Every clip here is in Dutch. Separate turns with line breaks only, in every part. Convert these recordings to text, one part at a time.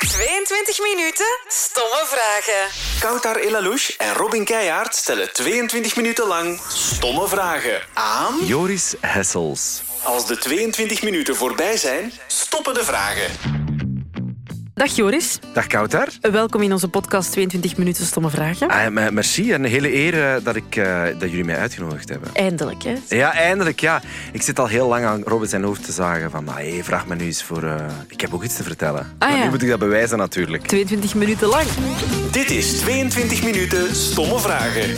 22 minuten stomme vragen.
Koutar Elalouche en Robin Keijaard stellen 22 minuten lang stomme vragen aan...
Joris Hessels.
Als de 22 minuten voorbij zijn, stoppen de vragen.
Dag Joris,
Dag Kouter.
welkom in onze podcast 22 minuten stomme vragen.
Ah, me- merci en een hele eer eh, dat, ik, eh, dat jullie mij uitgenodigd hebben.
Eindelijk, hè?
Ja, eindelijk, ja. Ik zit al heel lang aan Robin zijn hoofd te zagen van... Ah, hey, vraag me nu eens voor... eh, ik heb ook iets te vertellen.
Ah,
maar
ja.
nu moet ik dat bewijzen natuurlijk.
22 minuten lang.
Dit is 22 minuten stomme vragen.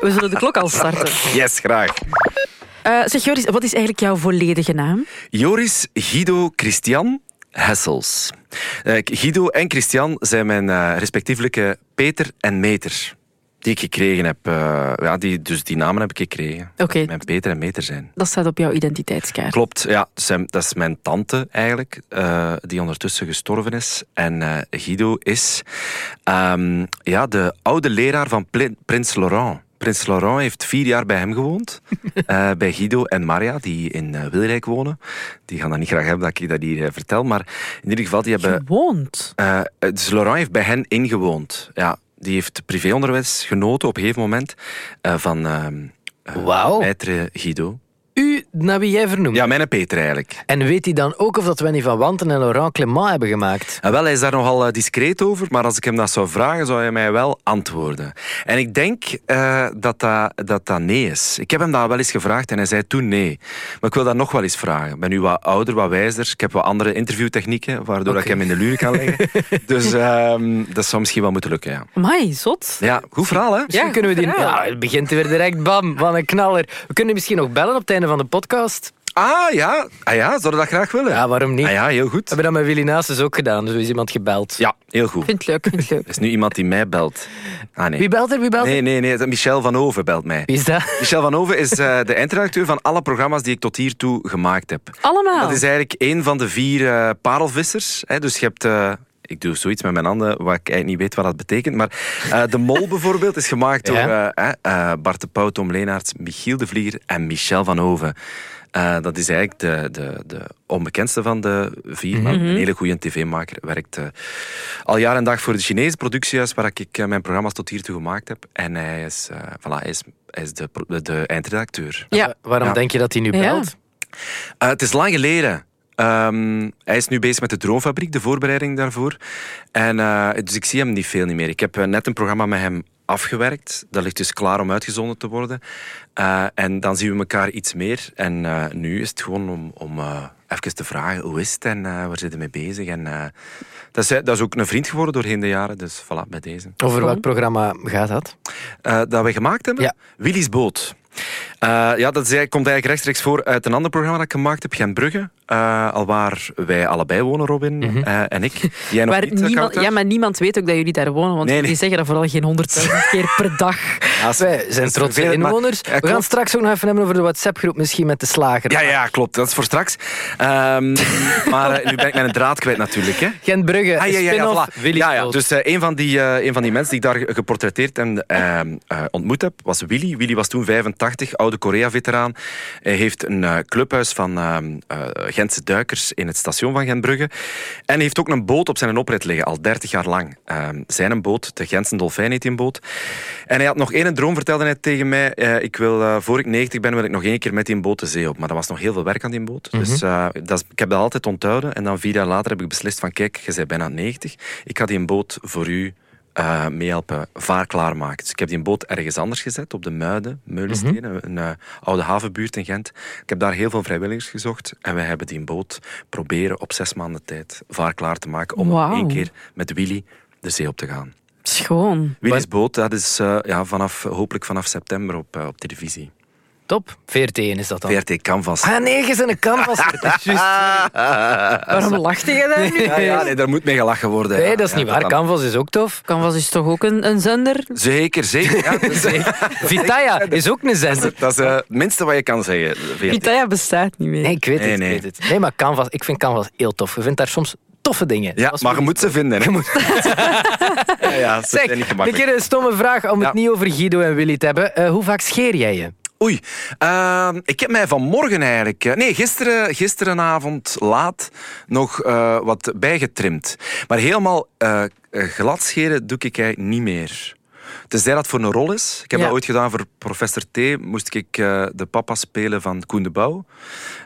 We zullen de klok al starten.
Yes, graag.
Eh, zeg Joris, wat is eigenlijk jouw volledige naam?
Joris Guido Christian Hessels. Eh, Guido en Christian zijn mijn eh, respectievelijke Peter en Meter. Die ik gekregen heb. eh, ja, die, dus die namen heb ik gekregen. Dat
Oké.
Mijn Peter en Meter zijn.
Dat staat op jouw identiteitskaart.
Klopt, ja. Zijn- dat is mijn tante eigenlijk, eh, die ondertussen gestorven is. En eh, Guido is ehm, ja, de oude leraar van Pli- Prins Laurent. Prins Laurent heeft vier jaar bij hem gewoond. eh, bij Guido en Maria, die in eh, Wilrijk wonen. Die gaan dat niet graag hebben dat ik dat hier eh, vertel. Maar in ieder geval, die hebben
Gewoond.
eh, dus Laurent heeft bij hen ingewoond. Ja, die heeft privéonderwijs genoten op een gegeven moment eh, van ehm
Wauw.
Maitre Guido.
U, naar wie jij vernoemt.
Ja, mijn Peter eigenlijk.
En weet hij dan ook of dat Wenny van Wanten en Laurent Clément hebben gemaakt?
En wel, hij is daar nogal eh, discreet over, maar als ik hem dat zou vragen, zou hij mij wel antwoorden. En ik denk eh, dat, dat, dat dat nee is. Ik heb hem dat wel eens gevraagd en hij zei toen nee. Maar ik wil dat nog wel eens vragen. Ik ben nu wat ouder, wat wijzer. Ik heb wat andere interviewtechnieken, waardoor ik hem in de luur kan leggen. dus ehm, dat zou misschien wel moeten lukken, ja.
Mai, zot.
Ja, goed verhaal, hè?
Misschien kunnen we die...
verhaal.
Ja, het begint weer direct, bam, wat een knaller. We kunnen misschien nog bellen op het einde van de podcast.
Ah, ja. Ah ja, zouden we dat graag willen?
Ja, waarom niet?
Ah ja, heel goed.
Hebben we dat met Willy Naastens ook gedaan, dus er is iemand gebeld.
Ja, heel goed.
Vind het leuk, vind het leuk.
Er is nu iemand die mij belt. Ah, nee.
Wie belt er, wie belt er?
Nee, nee, nee. Michel van Oven belt mij.
Wie is dat?
Michel van Oven is eh, de eindredacteur van alle programma's die ik tot hiertoe gemaakt heb.
Allemaal.
Dat is eigenlijk één van de vier eh, parelvissers. Hè? Dus je hebt... eh, ik doe zoiets met mijn handen waar ik eigenlijk niet weet wat dat betekent. Maar eh, De Mol bijvoorbeeld is gemaakt door
Ja.
eh, eh, Bart de Pauw, Tom Leenaerts, Michiel de Vlieger en Michel van Oven. Eh, dat is eigenlijk de, de, de onbekendste van de vier. maar Een hele goede tv-maker. Werkt eh, al jaar en dag voor de Chinese productiehuis waar ik eh, mijn programma's tot hiertoe gemaakt heb. En hij is, eh, voilà, hij is, hij is de, pro- de, de eindredacteur.
Ja.
Waarom
Ja.
denk je dat hij nu
Ja.
belt?
Eh, het is lang geleden. Ehm, hij is nu bezig met de Droomfabriek, de voorbereiding daarvoor. En, eh, dus ik zie hem niet veel niet meer. Ik heb eh, net een programma met hem afgewerkt. Dat ligt dus klaar om uitgezonden te worden. Eh, en dan zien we elkaar iets meer. En eh, nu is het gewoon om, om eh, even te vragen hoe is het en eh, waar zitten we mee bezig. En, eh, dat, is, dat is ook een vriend geworden doorheen de jaren. Dus voilà, bij deze.
Over welk programma gaat dat?
Eh, dat we gemaakt hebben?
Ja.
Willy's Boot. Eh, ja, dat is, eigenlijk- komt eigenlijk rechtstreeks voor uit een ander programma dat ik gemaakt heb, Gent Brugge. Eh, al waar wij allebei wonen, Robin
Mhm.
eh, en ik. Jij nog
Waar
niet, eh,
niemand,
Kouter?
ja, maar niemand weet ook dat jullie daar wonen, want
Nee, nee.
jullie zeggen dat vooral geen honderdduizend keer per dag.
Ja, s-
Wij zijn
is
trotse
vervelend, maar-
inwoners.
Ja,
We gaan
klopt.
het straks ook nog even hebben over de WhatsApp-groep, misschien met de slager.
ja, ja, klopt. Dat is voor straks. Ehm, maar eh, nu ben ik mijn draad kwijt natuurlijk. Hè.
Gent Brugge,
Ah, ja, ja, ja,
spin-off,
voilà.
Willy
ja, ja.
Boot.
Dus eh, een, van die, eh, een van die mensen die ik daar ge- geportretteerd en ehm, eh, ontmoet heb, was Willy. Willy was toen 85, oude Korea-veteraan. Hij heeft een eh, clubhuis van ehm, eh, Gentse duikers in het station van Gentbrugge. En hij heeft ook een boot op zijn oprit liggen, al 30 jaar lang. Ehm, zijn een boot, de Gentse Dolfijn heet die een boot. En hij had nog één droom, vertelde hij tegen mij. Eh, ik wil, eh, voor ik 90 ben, wil ik nog één keer met die boot de zee op. Maar er was nog heel veel werk aan die boot. Dus eh, dat is, ik heb dat altijd onthouden. En dan vier jaar later heb ik beslist van, kijk, je bent bijna 90. Ik ga die boot voor u eh, meehelpen vaar klaarmaken. Dus ik heb die boot ergens anders gezet, op de Muiden, Meulenstenen, een eh, oude havenbuurt in Gent. Ik heb daar heel veel vrijwilligers gezocht. En we hebben die boot proberen op zes maanden tijd vaar klaar te maken. Om
Wauw.
één keer met Willy de zee op te gaan.
Schoon.
Willy's Boot, dat is eh, ja, vanaf, hopelijk vanaf september op, eh, op televisie.
Top. VRT is dat dan.
VRT Canvas.
Ah nee, je bent een canvas. Juist.
Waarom lachte je daar nu?
Ja, ja, nee, daar moet mee gelachen worden.
Nee,
Ja,
dat is
ja,
niet waar.
kan.
Canvas is ook tof.
Canvas is toch ook een, een zender?
Zeker, zeker. Ja, dat is,
Vitaya is ook een zender.
dat is, eh, het minste wat je kan zeggen. VRT.
Pitaya bestaat niet meer.
Nee, ik weet het,
Nee, nee.
ik weet het. Nee, maar canvas, ik vind canvas heel tof. Je vindt daar soms toffe dingen.
Ja,
Als
maar je
we-
moet ze vinden. Hè. ja, ja, ze
Zeg,
zijn niet
een
gemakkelijk.
keer een stomme vraag om
Ja.
het niet over Guido en Willy te hebben. Eh, hoe vaak scheer jij je?
Oei, Ehm, ik heb mij vanmorgen eigenlijk... eh, Nee, gisteren, gisterenavond laat nog eh, wat bijgetrimd. Maar helemaal eh eh, glad scheren doe ik eigenlijk niet meer. Tenzij dat voor een rol is. Ik heb
Ja.
dat ooit gedaan voor Professor T. Moest ik eh, de papa spelen van Koen de Bouw.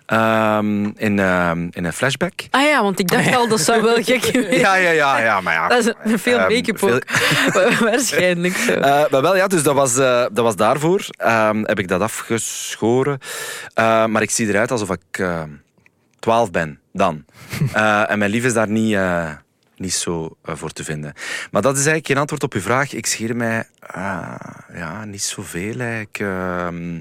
Ehm, in, ehm, in een flashback.
Ah ja, want ik dacht al, dat zou wel gek geweest
Ja, ja, ja, ja, maar ja.
Dat is een veel
Ehm,
make-up
veel-
ook. Waarschijnlijk zo.
Eh, maar wel, ja, dus dat was, eh, dat was daarvoor. Ehm, heb ik dat afgeschoren. Eh, maar ik zie eruit alsof ik eh, twaalf ben dan. Eh, en mijn lief is daar niet, eh, niet zo eh, voor te vinden. Maar dat is eigenlijk geen antwoord op uw vraag. Ik scheer mij ah, ja, niet zoveel eigenlijk. Ehm,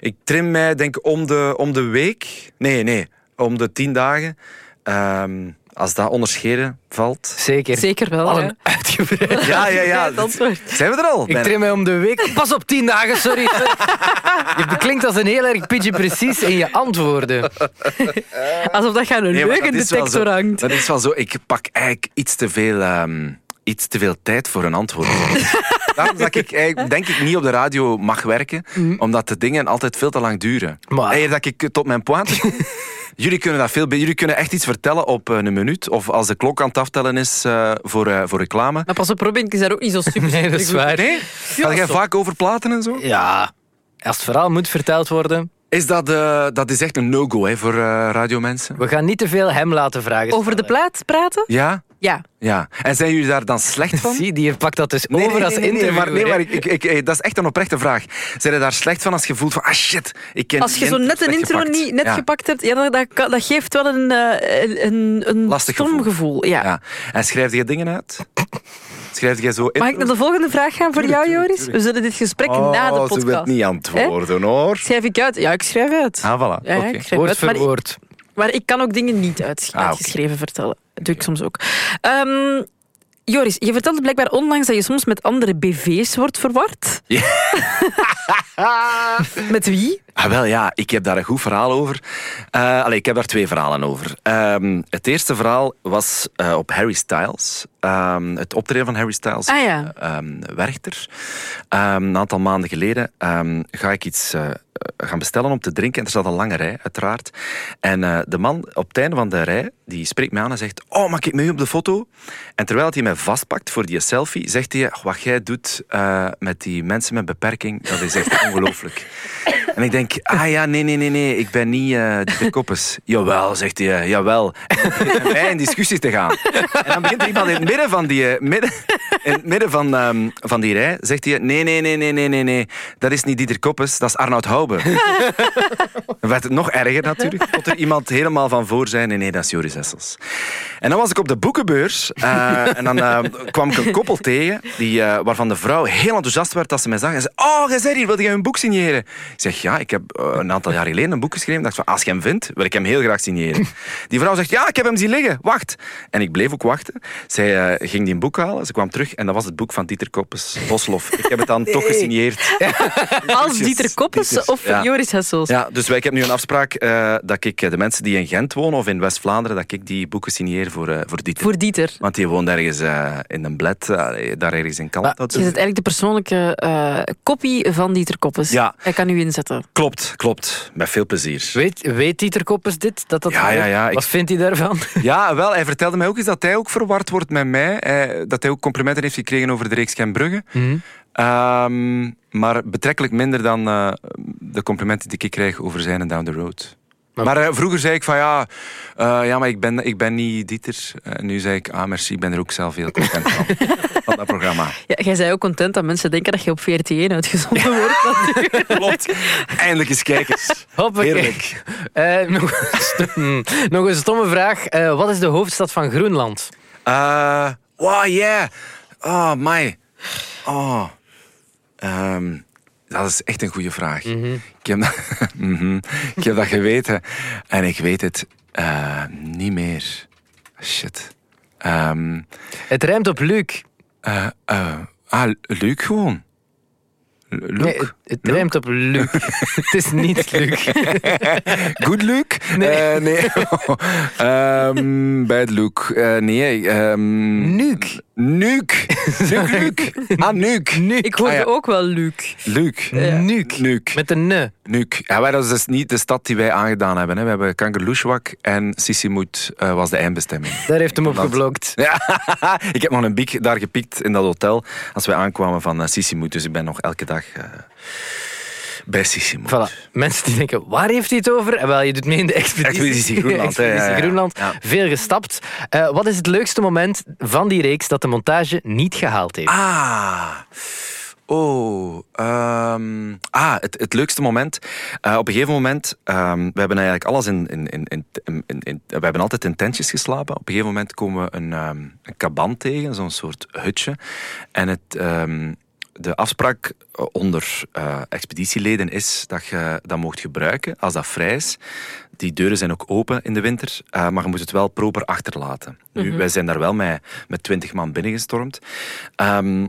ik trim mij denk ik om de, om de week. Nee, nee, om de tien dagen. Ehm, als dat onder scheren valt.
Zeker.
Zeker wel.
Al
ja.
een uitgebreid
Ja, ja, ja.
Ja, dat soort.
Zijn we er al?
Ik
bijna?
trim mij om de week. Pas op tien dagen, sorry. Je klinkt als een heel erg pigeon precies in je antwoorden.
Alsof dat aan een
Nee, maar dat is wel
leugendetector
zo.
hangt.
Dat is wel zo. Ik pak eigenlijk iets te veel, ehm, iets te veel tijd voor een antwoord. Daarom dat ik eigenlijk, denk ik niet op de radio mag werken, omdat de dingen altijd veel te lang duren.
Maar-
Eer dat ik tot mijn pointe kom, Jullie kunnen dat veel beter. Jullie kunnen echt iets vertellen op eh, een minuut. Of als de klok aan het aftellen is eh, voor, eh, voor reclame.
Maar pas op, Robin is daar ook niet zo super
Nee, dat is
supergoed.
waar.
Nee? Ga jij
zo.
vaak over platen en zo?
Ja, als het verhaal moet verteld worden,
Is dat, eh, dat is echt een no-go hè, voor eh, radiomensen.
we gaan niet te veel hem laten vragen.
Over de plaat praten?
Ja?
Ja.
Ja. En zijn jullie daar dan slecht van?
Eh, Zie, die pakt dat dus over als interview.
nee, maar, nee, maar ik, ik, ik- eh, dat is echt een oprechte vraag. Zijn er daar slecht van als je voelt van, ah shit, ik ken
Als je
die
zo
int-
net een
slecht
intro
gepakt.
niet net
Ja,
gepakt hebt, ja, dat, dat, kan- dat geeft wel een, eh, een- een, een
Lastig
stom
gevoel.
gevoel. ja.
Ja. En schrijf je dingen uit? Schrijf jij zo
Mag ik naar de volgende vraag gaan voor jou, Joris? We zullen dit gesprek na de
Oh, ze wilt
podcast.
niet antwoorden, hoor.
Schrijf ik uit? Ja, ik schrijf uit.
Ah, voilà.
Ja, ja,
Oké.
ik schrijf
Woord
uit. Maar
voor
ik,
woord.
maar ik kan ook dingen niet uit,
Ah, oké.
uitgeschreven vertellen. Dat doe ik soms ook. Ehm, Joris, je vertelde blijkbaar onlangs dat je soms met andere BV's wordt verward. met wie?
Ah, wel ja, ik heb daar een goed verhaal over. Eh allee, ik heb daar twee verhalen over. Ehm, het eerste verhaal was eh, op Harry Styles. Ehm, het optreden van Harry Styles.
Ah, ja.
ehm, Werchter. Ehm, een aantal maanden geleden ehm, ga ik iets eh, eh, gaan bestellen om te drinken. En er zat een lange rij, uiteraard. En eh, de man op het einde van de rij, die spreekt mij aan en zegt... Oh, mag ik mee op de foto? En terwijl hij mij vastpakt voor die selfie, zegt hij... "Ach, Wat jij doet eh, met die mensen met beperking, dat is echt ongelooflijk. En ik denk, ah ja, nee, nee, nee, nee, ik ben niet eh de koppes. Jawel, zegt hij, eh, jawel. En dan begint met mij in discussie te gaan. En dan begint er iemand in het midden van die, eh, midden, in het midden van, ehm, van die rij, zegt hij, nee, nee, nee, nee, nee, nee, nee, dat is niet Dieter Koppes, dat is Arnoud Houben. Dan werd het nog erger natuurlijk, tot er iemand helemaal van voor zei, nee, nee, dat is Joris Hessels. En dan was ik op de boekenbeurs eh, en dan eh, kwam ik een koppel tegen die, eh, waarvan de vrouw heel enthousiast werd als ze mij zag. En zei, oh, jij bent hier, wil jij een boek signeren? Ik zeg, ja, ik heb eh, een aantal jaar geleden een boek geschreven. Dacht van, als je hem vindt, wil ik hem heel graag signeren. Die vrouw zegt, ja, ik heb hem zien liggen, wacht. En ik bleef ook wachten. Zij eh, ging die een boek halen, ze kwam terug en dat was het boek van Dieter Koppes, Boslof. Ik heb het dan toch gesigneerd.
Als Dieter Koppes
Dieters,
of
ja.
Joris Hessels?
Ja, dus wij, ik heb nu een afspraak eh, dat ik eh, de mensen die in Gent wonen of in West-Vlaanderen, dat ik die boeken signeer voor, eh, voor Dieter.
Voor Dieter.
Want die woont ergens eh, in een bled, eh, daar ergens in Canada.
Je bent eigenlijk de persoonlijke eh kopie van Dieter Koppes.
Ja.
Hij kan u inzetten.
Klopt, klopt. Met veel plezier.
Weet, weet Dieter Koppes dit? Dat dat
Ja, ja, ja, ik-
Wat vindt hij daarvan?
Ja, wel, hij vertelde mij ook eens dat hij ook verward wordt met mij. eh, dat hij ook complimenten heeft gekregen over de reeks Gembrugge. Ehm, maar betrekkelijk minder dan eh, de complimenten die ik krijg over zijn en down the road. Maar, eh, vroeger zei ik van ja, eh, ja maar ik ben, ik ben niet Dieter. En nu zei ik, ah merci, ik ben er ook zelf heel content van. van dat programma.
Ja, jij zei ook content dat mensen denken dat je op VRT1 uitgezonden wordt.
Klopt. Eindelijk eens kijkers.
Hoppakee.
Heerlijk.
Eh, nog, een stom- nog een stomme vraag. Eh, wat is de hoofdstad van Groenland?
Eh, wow, yeah. Oh, my. Oh. Ehm, dat is echt een goede vraag. ik, heb dat, Mhm. ik heb dat geweten. En ik weet het eh, niet meer. Shit. Ehm,
Het rijmt op Luc.
eh, eh, ah, Luc gewoon. Lu- Luc?
Nee, het, het rijmt op Luc. het is niet Luc.
Good Luc? Nee. Eh, nee. Ehm, bad Luc. Eh, nee. ehm
Luc.
Nuuk. Nuuk, Luuk. Ah, Nuuk. Nuuk.
Ik hoorde
Ah, ja.
ook wel Luc.
Luuk.
Nuuk.
Nuuk.
Met een ne.
Nuuk. Ja, wij, dat is dus niet de stad die wij aangedaan hebben. Hè. We hebben Kangerluswak en Sissimut eh, was de eindbestemming.
Daar heeft hem op geblokt.
Ja, ik heb nog een biek daar gepikt in dat hotel als wij aankwamen van eh, Sissimut. Dus ik ben nog elke dag eh, bij Sissimut.
Voilà. Mensen die denken, waar heeft hij het over? En wel, je doet mee in de expeditie,
Expeditie Groenland, hè, ja, ja, ja.
Expeditie Groenland.
Ja.
Veel gestapt. Eh, wat is het leukste moment van die reeks dat de montage niet gehaald heeft?
Ah. Oh, ehm, ah, het, het leukste moment. Eh, op een gegeven moment, ehm, we hebben eigenlijk alles in, in, in, in, in, in- We hebben altijd in tentjes geslapen. Op een gegeven moment komen we een, ehm, een kaban tegen, zo'n soort hutje. En het, ehm, de afspraak onder eh, expeditieleden is dat je dat mocht gebruiken als dat vrij is. Die deuren zijn ook open in de winter, eh, maar je moet het wel proper achterlaten. Nu, Wij zijn daar wel met twintig man binnengestormd. Ehm,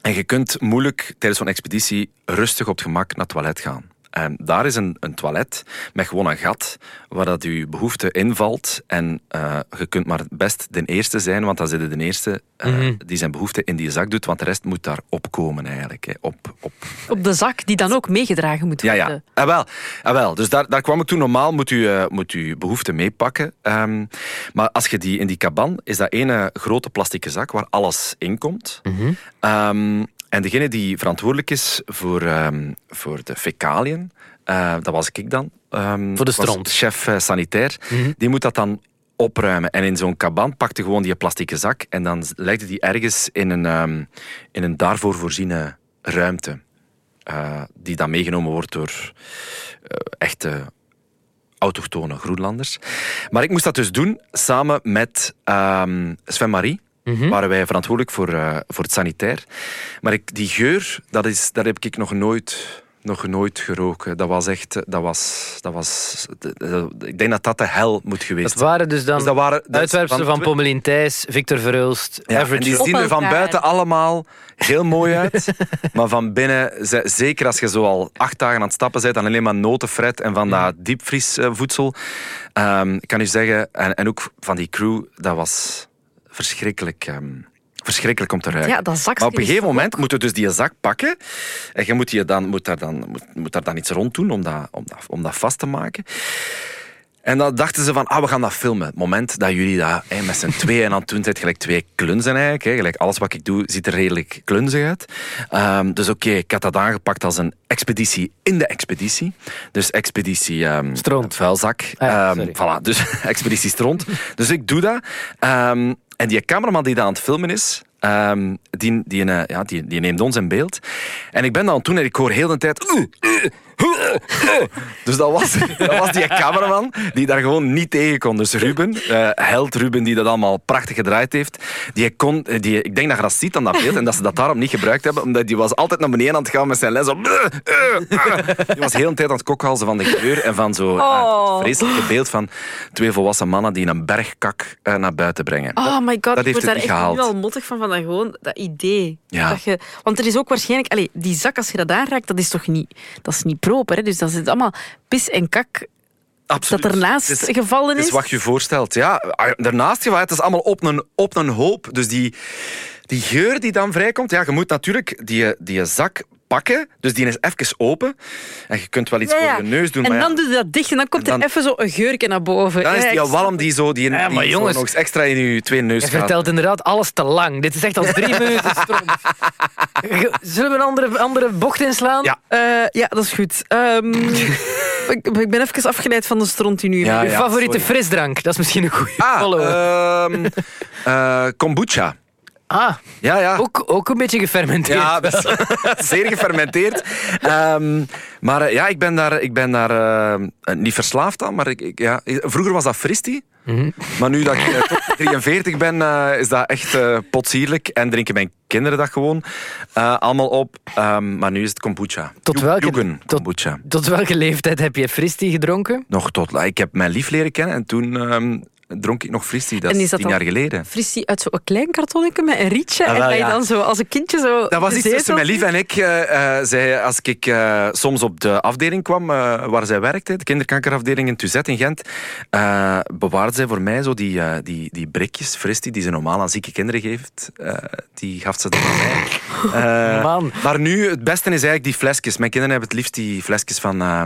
en je kunt moeilijk tijdens zo'n expeditie rustig op het gemak naar het toilet gaan. En daar is een, een toilet met gewoon een gat waar dat je behoefte invalt. En eh, je kunt maar het best de eerste zijn, want dan zit het de eerste eh, die zijn behoefte in die zak doet. Want de rest moet daar opkomen eigenlijk. Hè. Op, op.
Op de zak, die dan ook meegedragen moet
Ja,
worden.
ja. Ah, wel. Ah, wel. Dus daar, daar kwam ik toe. Normaal moet u, eh, moet u behoefte meepakken. Ehm, maar als je die in die kaban, is dat ene grote plastieke zak waar alles in komt. Ehm, en degene die verantwoordelijk is voor, ehm, voor de fecaliën, eh, dat was ik dan. ehm,
Voor de
was
stront. Mhm.
Chef eh, sanitair. Die moet dat dan opruimen. En in zo'n kaban pakte gewoon die plastieke zak en dan legde die ergens in een, ehm, in een daarvoor voorziene ruimte. eh, die dan meegenomen wordt door eh, echte autochtone Groenlanders. Maar ik moest dat dus doen samen met ehm Sven-Marie. Waren wij verantwoordelijk voor, eh, voor het sanitair. Maar ik, die geur, dat, is, dat heb ik nog nooit, nog nooit geroken. Dat was echt... eh, Dat was, dat was, dat- dat- ik denk dat dat de hel moet geweest
Dat waren dus dan
Dus dat waren- dat is
uitwerpselen
van
van,
twi-
Pommelien Thijs, Victor Verhulst,
Ja, en
Everett
die
Jones.
zien er van
elkaar.
buiten allemaal heel mooi uit. maar van binnen, ze- zeker als je zo al acht dagen aan het stappen bent, dan alleen maar notenfret en van dat diepvriesvoedsel. Ehm, ik kan u zeggen, en, en ook van die crew, dat was verschrikkelijk, ehm, verschrikkelijk om te ruiken.
Ja, dat zakje
maar op een
is
gegeven
toch
moment moet je dus die zak pakken. En je moet, je dan, moet, daar, dan, moet, moet daar dan iets rond doen om dat, om, dat, om dat vast te maken. En dan dachten ze van, ah, we gaan dat filmen. Het moment dat jullie dat hè, met z'n tweeën aan het doen zijn, gelijk twee klunzen eigenlijk. Hè, gelijk alles wat ik doe, ziet er redelijk klunzig uit. Ehm, dus oké, ik had dat aangepakt als een expeditie in de expeditie. Dus expeditie... ehm
Stront.
Vuilzak.
Ah ja,
Ehm,
sorry.
voilà, dus expeditie stront. Dus ik doe dat. Ehm, en die cameraman die daar aan het filmen is... ehm, die, die, eh, ja, die, die neemt ons in beeld. En ik ben dan toen en ik hoor heel de tijd... "Oeh, dus dat was, dat was die cameraman die daar gewoon niet tegen kon. Dus Ruben, eh, held Ruben, die dat allemaal prachtig gedraaid heeft. Die kon, eh, die, ik denk dat je dat ziet aan dat beeld en dat ze dat daarom niet gebruikt hebben. Omdat die was altijd naar beneden aan het gaan met zijn les. Op, ah." die was heel de tijd aan het kokhalzen van de geur en van zo ah, het vreselijke beeld van twee volwassen mannen die een bergkak eh, naar buiten brengen.
Oh my god,
dat
ik
heeft
word
het
daar
niet
echt
gehaald.
nu al mottig van, van dat, gewoon, dat idee.
Ja.
Dat je, want er is ook waarschijnlijk... Allee, die zak, als je dat aanraakt, dat is toch niet, dat is niet proper. Hè? Dus dat zit allemaal pis en kak
Absoluut.
dat ernaast
Het is-
gevallen
Het
is.
is wat je voorstelt, ja. Daarnaast, ja, het is allemaal op een, op een hoop. Dus die, die geur die dan vrijkomt, ja, je moet natuurlijk die, die zak pakken. Dus die is even open. En je kunt wel iets
Ja, ja.
voor je neus doen,
en
maar ja,
dan doe je dat dicht en dan komt
Dan-
er even zo een geurke naar boven.
dan is
Ja,
die
ik-
walm die zo, die,
Ja,
die
maar
zo
jongens.
nog eens extra in je twee neus
Je
gaat.
vertelt inderdaad alles te lang. Dit is echt al drie minuten stront. Ge- Zullen we een andere, andere bocht inslaan?
Ja.
Eh, ja, dat is goed. Ehm, ik, ik ben even afgeleid van de stront die nu...
Ah, Ja,
Je favoriete
sorry.
frisdrank, dat is misschien een goede
Ah,
follow.
ehm, eh, kombucha.
ah,
Ja, ja.
ook, ook een beetje gefermenteerd.
Ja, dat is zeer gefermenteerd. Ehm, maar eh, ja, ik ben daar, ik ben daar ehm, eh, niet verslaafd aan. Maar ik, ik- ja, vroeger was dat fristi. Maar nu dat ik eh, toch 43 ben, eh, is dat echt eh, potsierlijk. En drinken mijn kinderen dat gewoon eh, allemaal op. Ehm, maar nu is het kombucha.
Tot
Ju-
welke-
Jugen
tot-
kombucha.
Tot welke leeftijd heb je fristi gedronken?
Nog tot... Ik heb mijn lief leren kennen en toen... ehm, dronk ik nog fristie. Dat
En
is
is dat
tien
dan-
jaar geleden.
Frissie uit zo'n klein kartonnetje met een rietje.
Ah,
en
wel,
dat je
ja.
dan zo als een kindje zo.
Dat was iets
de
tussen
zetel-
mijn lief en ik. eh, eh, zij, als ik eh, soms op de afdeling kwam eh, waar zij werkte, de kinderkankerafdeling in Tuzet in Gent, eh, bewaarde zij voor mij zo die, eh, die, die brikjes, fristie, die ze normaal aan zieke kinderen geeft. eh, die gaf ze dan aan mij. Eh,
Man.
Maar nu, het beste is eigenlijk die flesjes. Mijn kinderen hebben het liefst die flesjes van... eh,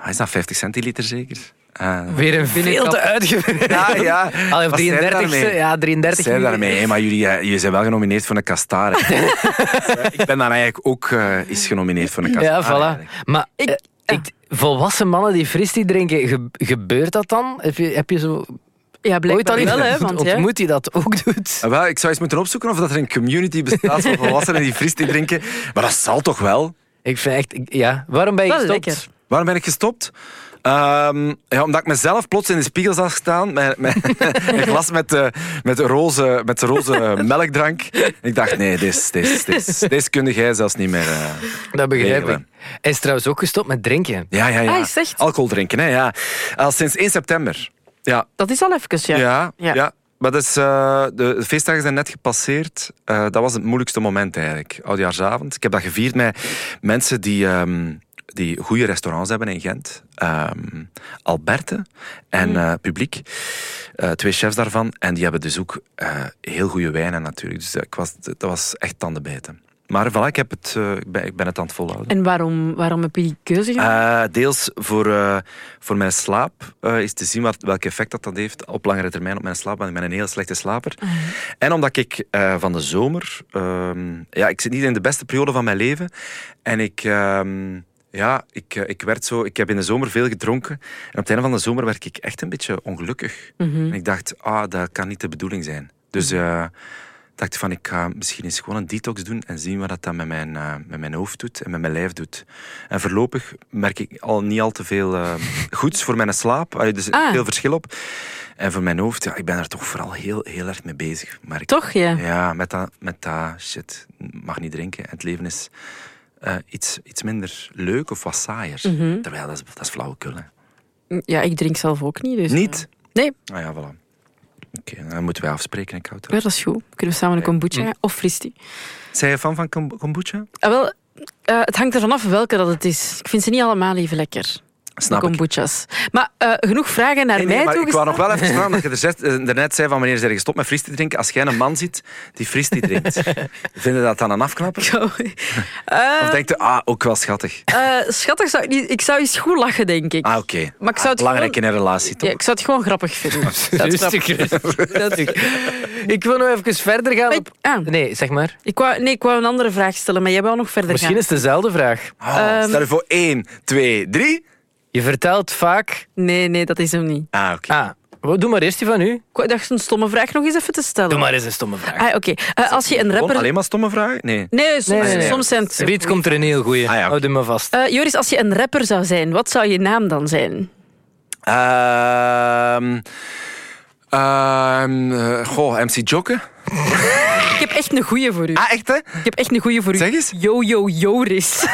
wat is dat 50 centiliter zeker? Eh,
Weer een veel te uitgewerkt.
ja, ja.
Al
Wat
op
zijn
33
daarmee?
Ja, 33
Zij daarmee, hè, maar jullie, eh, jullie zijn wel genomineerd voor een kastaar. hè. ik ben dan eigenlijk ook eh eens genomineerd voor een kastaar.
Ja, voilà.
Ah, eigenlijk.
Maar
Ik-
eh, ik, volwassen mannen die fristie drinken, ge- gebeurt dat dan? Heb je, heb je zo
Ja,
ooit al
blijkbaar
iemand
wel, hè? Want, ja.
ontmoet die dat ook doet?
Ah, wel, ik zou eens moeten opzoeken of dat er een community bestaat van volwassenen die fristie drinken. Maar dat zal toch wel?
Ik vind echt... ik- Ja, waarom ben je
Wel
gestopt?
lekker.
Waarom ben ik gestopt? Ehm, ja, omdat ik mezelf plots in de spiegel zag staan. Met, met, een glas met, eh, met, roze, met roze melkdrank. Ik dacht, nee, dit dit- dit- dit kun jij zelfs niet meer... eh,
Dat begrijp ik.
Regelen.
Hij is trouwens ook gestopt met drinken.
Ja, ja, ja.
Ah, is echt?
Alcohol drinken, hè, ja. Al sinds 1 september. Ja,
Dat is al even,
ja,
Dus ja.
ja.
Ja.
Maar dat is, eh, de feestdagen zijn net gepasseerd. Eh, dat was het moeilijkste moment eigenlijk. Oudjaarsavond. Ik heb dat gevierd met mensen die, ehm, die goede restaurants hebben in Gent. Ehm, Alberte en eh, Publiek. Eh, twee chefs daarvan. En die hebben dus ook eh, heel goede wijnen natuurlijk. Dus eh, ik was, dat was echt tandenbijten. Maar voilà, ik, heb het, eh, ik ben- ik ben het aan het volhouden.
En waarom, waarom heb je die keuze gemaakt?
Eh, deels voor, eh, voor mijn slaap eh, is te zien wat, welk effect dat, dat heeft op langere termijn op mijn slaap. Want ik ben een heel slechte slaper. En omdat ik eh, van de zomer... ehm, ja, ik zit niet in de beste periode van mijn leven. En ik... ehm, ja, ik, eh, ik, werd zo, ik heb in de zomer veel gedronken. En op het einde van de zomer werd ik echt een beetje ongelukkig. En ik dacht, ah, dat kan niet de bedoeling zijn. Dus eh, dacht ik van, ik ga misschien eens gewoon een detox doen en zien wat dat dan met mijn, eh, met mijn hoofd doet en met mijn lijf doet. En voorlopig merk ik al niet al te veel eh, goeds voor mijn slaap. Allee, Er is
Ah.
veel verschil op. En voor mijn hoofd, ja, ik ben er toch vooral heel, heel erg mee bezig. Maar ik-
Toch, ja.
Ja, met dat, met dat shit. Mag niet drinken. En het leven is eh, iets, iets minder leuk of wat saaier.
Mhm.
Terwijl, dat is, dat is flauwekul, hè.
Ja, ik drink zelf ook niet. Dus,
Niet?
Nee.
Ah ja, voilà. Oké, dan moeten wij afspreken, ik houd
Ja,
dat.
dat is goed. Kunnen we samen een kombucha of fristie?
Zijn je fan van kom- kombucha?
Ah, wel, eh, het hangt ervan af welke dat het is. Ik vind ze niet allemaal even lekker, de
Snap ik.
kombuchas. Maar eh, genoeg vragen naar
Nee, nee,
mij
maar ik wou
toegestaan.
nog wel even staan dat je er zet- eh, daarnet zei van wanneer ze er gestopt met fris te drinken. Als jij een man ziet die fris te drinkt, vinden dat dan een afknapper? Of denk je, ah, ook wel schattig?
Eh, schattig, zou ik, niet, ik zou eens goed lachen, denk ik.
Ah, oké.
Maar ik zou het
Ah, belangrijk
gewoon-
in een relatie, toch?
Ja, ik zou het gewoon grappig vinden.
Rustig, rustig, rustig. Ik wil nog even verder gaan.
Maar
op-
ik- ah,
Nee, zeg maar.
ik wou, nee, ik wou een andere vraag stellen, maar jij wou nog verder
Misschien
gaan.
is het dezelfde vraag.
Ah,
ehm,
stel je voor, één, twee, drie.
Je vertelt vaak...
Nee, nee, dat is hem niet.
Ah, oké.
Ah, wat- doe maar eerst die van u.
Ik dacht een stomme vraag nog eens even te stellen.
Doe maar eens een stomme vraag.
Ah, oké. Eh, als je een
Gewoon
rapper...
alleen maar stomme vragen? Nee.
Nee, soms,
Nee, nee, nee.
soms zijn het...
Riet komt er een heel goeie.
Ah, ja, oké.
Houd hem maar vast.
Eh, Joris, als je een rapper zou zijn, wat zou je naam dan zijn?
Ehm ehm, eh, goh, MC Jokken.
Ik heb echt een goeie voor u.
Ah, echt hè?
Ik heb echt een goeie voor u.
Zeg eens.
Yo, yo, Joris.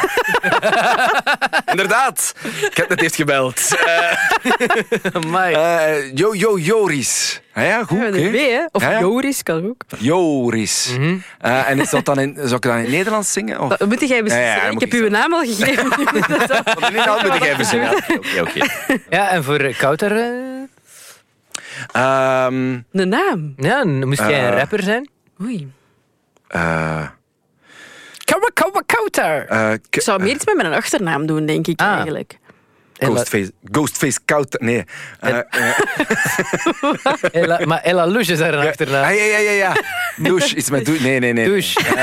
Inderdaad. Ik heb net eerst gebeld.
Amai.
Eh, yo, yo, Joris. Ah ja, goed.
Met
oké.
een W, hè? Of
Ja, ja.
Joris kan ook.
Joris. Eh, en is dat dan in, zou ik dat in het Nederlands zingen? Of?
Dat moet jij beslissen.
Ja, ja,
ik
moet
heb
ik
uw naam al gegeven.
in het Nederlands moet ik even zingen. Oké, oké, oké.
Ja, en voor eh, Kouter... eh,
Ehm,
Een naam.
Ja, dan moest jij een
Eh.
rapper zijn?
Oei.
eh,
Kouwa, kouwa, Kouter!
eh, k-
Ik zou meer iets met mijn achternaam doen, denk ik
Ah.
eigenlijk.
En wat-
Ghostface, Ghostface Koud. Nee. Eh, eh,
Ella- maar Ella Luche is daar een achternaam.
ah, ja, ja, ja, ja. Douche, iets met douche. Nee, nee, nee.
Douche.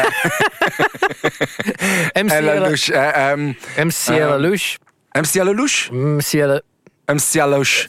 MC
Ella
Ella
Douche. eh, ehm,
MC Ella Luche.
MC Lelouch?
MC Ella...
MC Lelouch.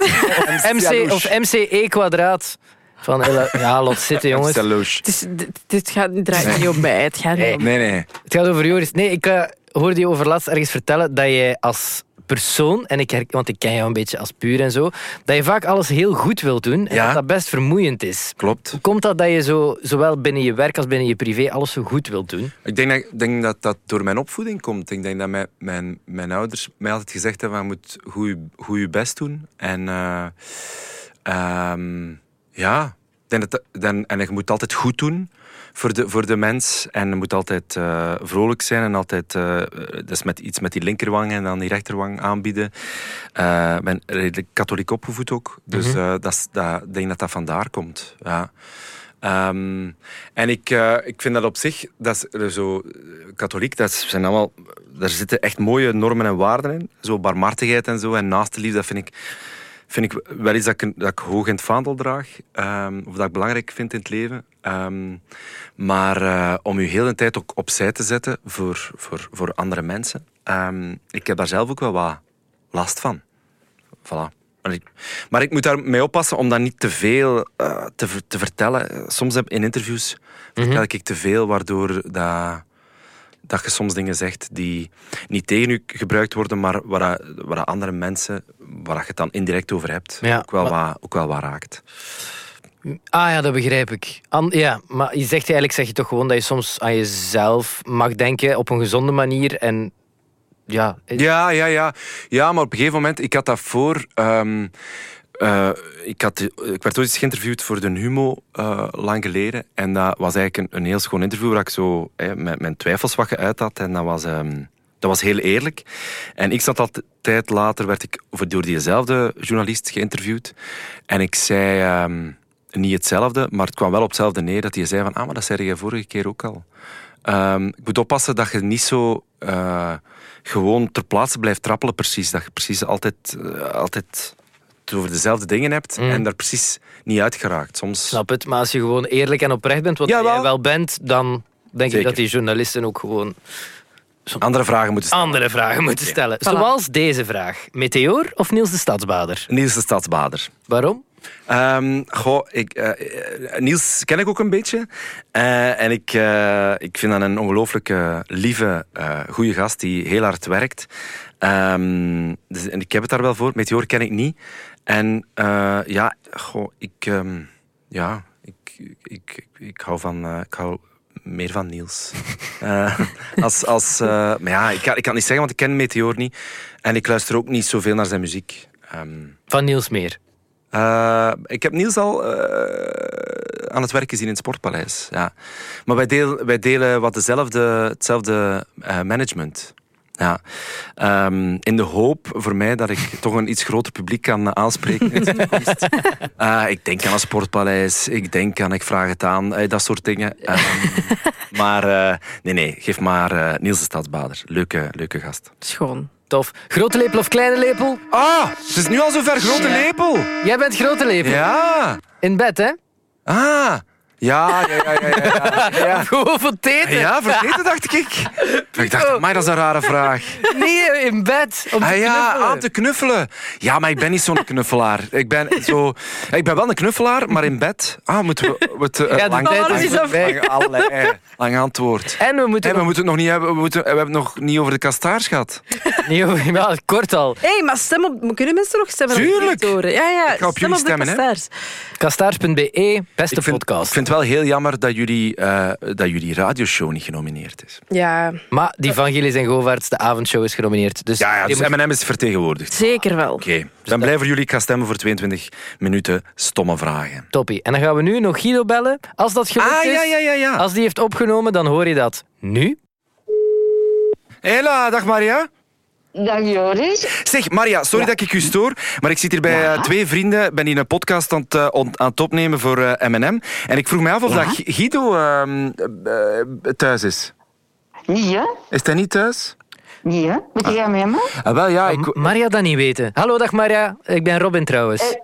MC of MCE kwadraat. Van Ella... Ja, laat zitten, jongens.
MC Lelouch.
Het is, dit, dit gaat dit draait niet om mij. Het gaat niet
Nee.
om
Nee, nee.
Het gaat over Joris. Nee, ik eh, hoorde je over laatst ergens vertellen dat jij als persoon, en ik her- want ik ken jou een beetje als puur en zo, dat je vaak alles heel goed wilt doen en
Ja.
dat dat best vermoeiend is.
Klopt.
Hoe komt dat dat je zo, zowel binnen je werk als binnen je privé alles zo goed wilt doen?
Ik denk dat, denk dat dat door mijn opvoeding komt. Ik denk dat mijn, mijn, mijn ouders mij altijd gezegd hebben: je moet goed je- goed je best doen. En eh, Ehm, ja, ik denk dat, dan, en je moet altijd goed doen voor de, voor de mens. En je moet altijd eh, vrolijk zijn en altijd eh, dus met iets met die linkerwang en dan die rechterwang aanbieden. Eh, Ik ben redelijk katholiek opgevoed ook, dus eh, dat is- dat- ik denk dat dat vandaar komt. Ja. Ehm, en ik, eh, ik vind dat op zich, dat is eh, zo, eh, katholiek, dat is- zijn allemaal, daar zitten echt mooie normen en waarden in. Zo barmhartigheid en zo, en naaste liefde, dat vind ik, vind ik wel iets dat ik, dat ik hoog in het vaandel draag. ehm, of dat ik belangrijk vind in het leven. Ehm, maar eh, om je heel de tijd ook opzij te zetten voor, voor, voor andere mensen. ehm, ik heb daar zelf ook wel wat last van. Voilà. Maar ik, maar ik moet daarmee oppassen om dat niet te veel eh, te, ver- te vertellen. Eh, Soms heb in interviews
Mhm.
vertel ik te veel, waardoor dat, dat je soms dingen zegt die niet tegen u gebruikt worden, maar waar, dat- waar dat andere mensen, waar dat je het dan indirect over hebt,
Ja,
ook, wel
maar-
wat, ook wel wat raakt.
Ah ja, dat begrijp ik. An- ja, maar je zegt eigenlijk zeg je toch gewoon dat je soms aan jezelf mag denken op een gezonde manier. En ja,
Ja, ja, ja. Ja, maar op een gegeven moment, ik had dat voor. ehm, eh, ik, had, ik werd ooit eens geïnterviewd voor de Humo eh, lang geleden. En dat was eigenlijk een, een heel schoon interview waar ik zo hè, met mijn twijfels wat geuit had. En dat was, ehm, dat was heel eerlijk. En ik zat al t- tijd later, werd ik voor- door diezelfde journalist geïnterviewd. En ik zei ehm, niet hetzelfde, maar het kwam wel op hetzelfde neer. Dat hij zei van, ah, maar dat zei jij vorige keer ook al. Ehm, ik moet oppassen dat je niet zo eh, gewoon ter plaatse blijft trappelen, precies. Dat je precies altijd, eh, altijd het over dezelfde dingen hebt en daar precies niet uit geraakt. Soms.
snap het. Maar als je gewoon eerlijk en oprecht bent, wat
Jawel.
jij wel bent, dan denk
Zeker.
ik dat die journalisten ook gewoon
Andere vragen moeten stellen.
andere vragen moeten stellen. Zoals deze vraag. Meteor of Niels de Stadsbader?
Niels de Stadsbader.
Waarom?
Ehm, goh, ik, eh, eh, Niels ken ik ook een beetje. Eh, en ik, eh, ik vind dat een ongelooflijk eh, lieve, eh goede gast die heel hard werkt. Ehm, dus, en ik heb het daar wel voor. Meteor ken ik niet. En eh, ja, goh, ik, ehm, ja, ik, ik, ik, ik hou van... eh, ik hou meer van Niels. Eh, als, als, eh, maar ja, ik kan, ik kan niet zeggen, want ik ken Meteor niet. En ik luister ook niet zoveel naar zijn muziek. Ehm,
Van Niels Meer.
eh, ik heb Niels al eh, aan het werk gezien in het Sportpaleis. Ja. Maar wij, deel- wij delen wat dezelfde, hetzelfde eh, management. Ja. Ehm, in de hoop voor mij dat ik toch een iets groter publiek kan eh, aanspreken in de toekomst. Eh, ik denk aan het Sportpaleis, ik denk aan Ik Vraag Het Aan, eh, dat soort dingen. Ehm, maar eh, nee, nee, geef maar eh, Niels de Stadsbader. Leuke, leuke gast.
Schoon.
Tof. Grote lepel of kleine lepel?
Ah, het is nu al zover. Grote lepel.
Jij bent grote lepel.
Ja.
In bed, hè?
Ah, ja, ja, ja, ja. Ja,
Gewoon voor het eten.
ja vergeten dacht ik. Maar ik dacht, maar dat is een rare vraag.
Nee, in bed. Om te
Ah ja,
knuffelen.
aan te knuffelen. Ja, maar ik ben niet zo'n knuffelaar. Ik ben, zo, ik ben wel een knuffelaar, maar in bed. Ah, moeten we... we te- eh,
Ja, de
balans is af.
lang, allerlei- lang antwoord.
En we moeten
En we moeten het nog niet hebben, we, moeten, we hebben het nog niet over de kastaars gehad.
Nieuw, ja, kort al.
Hé, maar stem op... Kunnen mensen nog stemmen op
Tuurlijk.
Victoren? Ja, ja.
Ik ga op
stem
jullie
de
stemmen, hè.
Kastaars.
Kastaars.be, E, beste
Ik vind, ik
podcast.
vind het wel heel jammer dat jullie, eh dat jullie radioshow niet genomineerd is.
Ja,
Maar die van Gilles en Govaerts, de avondshow is genomineerd. Dus
Ja, ja
die
dus
moet-
M&M is vertegenwoordigd.
zeker wel.
Oké, ik ben blij voor jullie. Ik ga stemmen voor 22 minuten stomme vragen.
toppie. En dan gaan we nu nog Guido bellen. Als dat gelukt
Ah,
is,
ja, ja, ja, ja.
als die heeft opgenomen, dan hoor je dat nu.
Hela, dag Maria.
Dag Joris.
Zeg Maria, sorry dat ik u stoor, maar ik zit hier bij eh, twee vrienden. ben hier een podcast aan het, eh, ont- aan het opnemen voor eh, M&M. En ik vroeg mij af of dat Gu- Guido ehm, eh, eh, thuis is.
Niet hè?
Is hij niet thuis?
Niet hè? Moet jij met me?
Ah, wel ja,
M- Maria dat niet weten. Hallo, dag Maria. Ik ben Robin trouwens.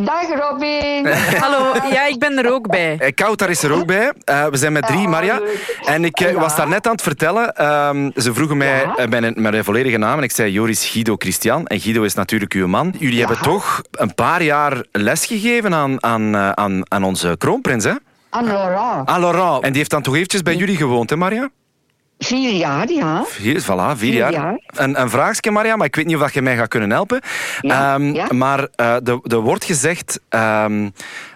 Dag Robin.
Hallo, ja, ik ben er ook bij.
Eh, Koud, daar is er ook bij. Eh, we zijn met drie,
Ah,
Maria.
leuk.
En ik eh,
Ja.
was daar net aan het vertellen. ehm, ze vroegen mij
Ja.
eh, mijn, mijn volledige naam. En ik zei Joris Guido Christian. En Guido is natuurlijk uw man. Jullie hebben toch een paar jaar lesgegeven aan, aan, eh, aan, aan onze kroonprins, hè?
En Laurent.
Aan Laurent. En die heeft dan toch eventjes bij jullie gewoond, hè, Maria?
Vier jaar, ja.
Hier, voilà, vier
Vier
jaar.
jaar.
Een, een vraagje, Maria, maar ik weet niet of dat je mij gaat kunnen helpen.
Ja,
Ehm,
ja.
Maar eh, de- er wordt gezegd ehm,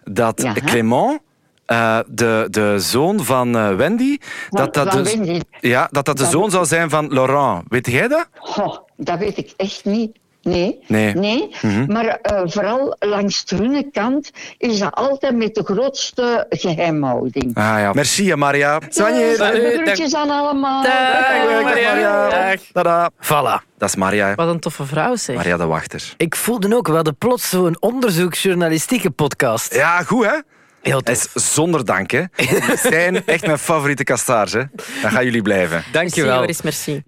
dat
Ja.
Clément, eh, de, de zoon van eh, Wendy... dat dat
van
de,
Wendy.
Ja, dat dat de
Van-
zoon zou zijn van Laurent. Weet jij dat?
Goh, dat weet ik echt niet. Nee.
Nee. Mhm.
Maar eh, vooral langs de groene kant is dat altijd met de grootste geheimhouding.
Ah, ja. Merci, hè, Maria.
Dus,
Salut, dag.
groetjes aan allemaal.
Dag,
Maria. Tada.
Voilà.
Dat is Maria. hè.
Wat een toffe vrouw, zeg.
Maria de Wachter.
Ik voelde ook wel de plots zo'n onderzoeksjournalistieke podcast.
Ja, goed hè?
Heel
Dat
tof.
is zonder dank hè. Jullie zijn echt mijn favoriete kastaars hè. Dan gaan jullie blijven.
Dankjewel.
Joris, merci.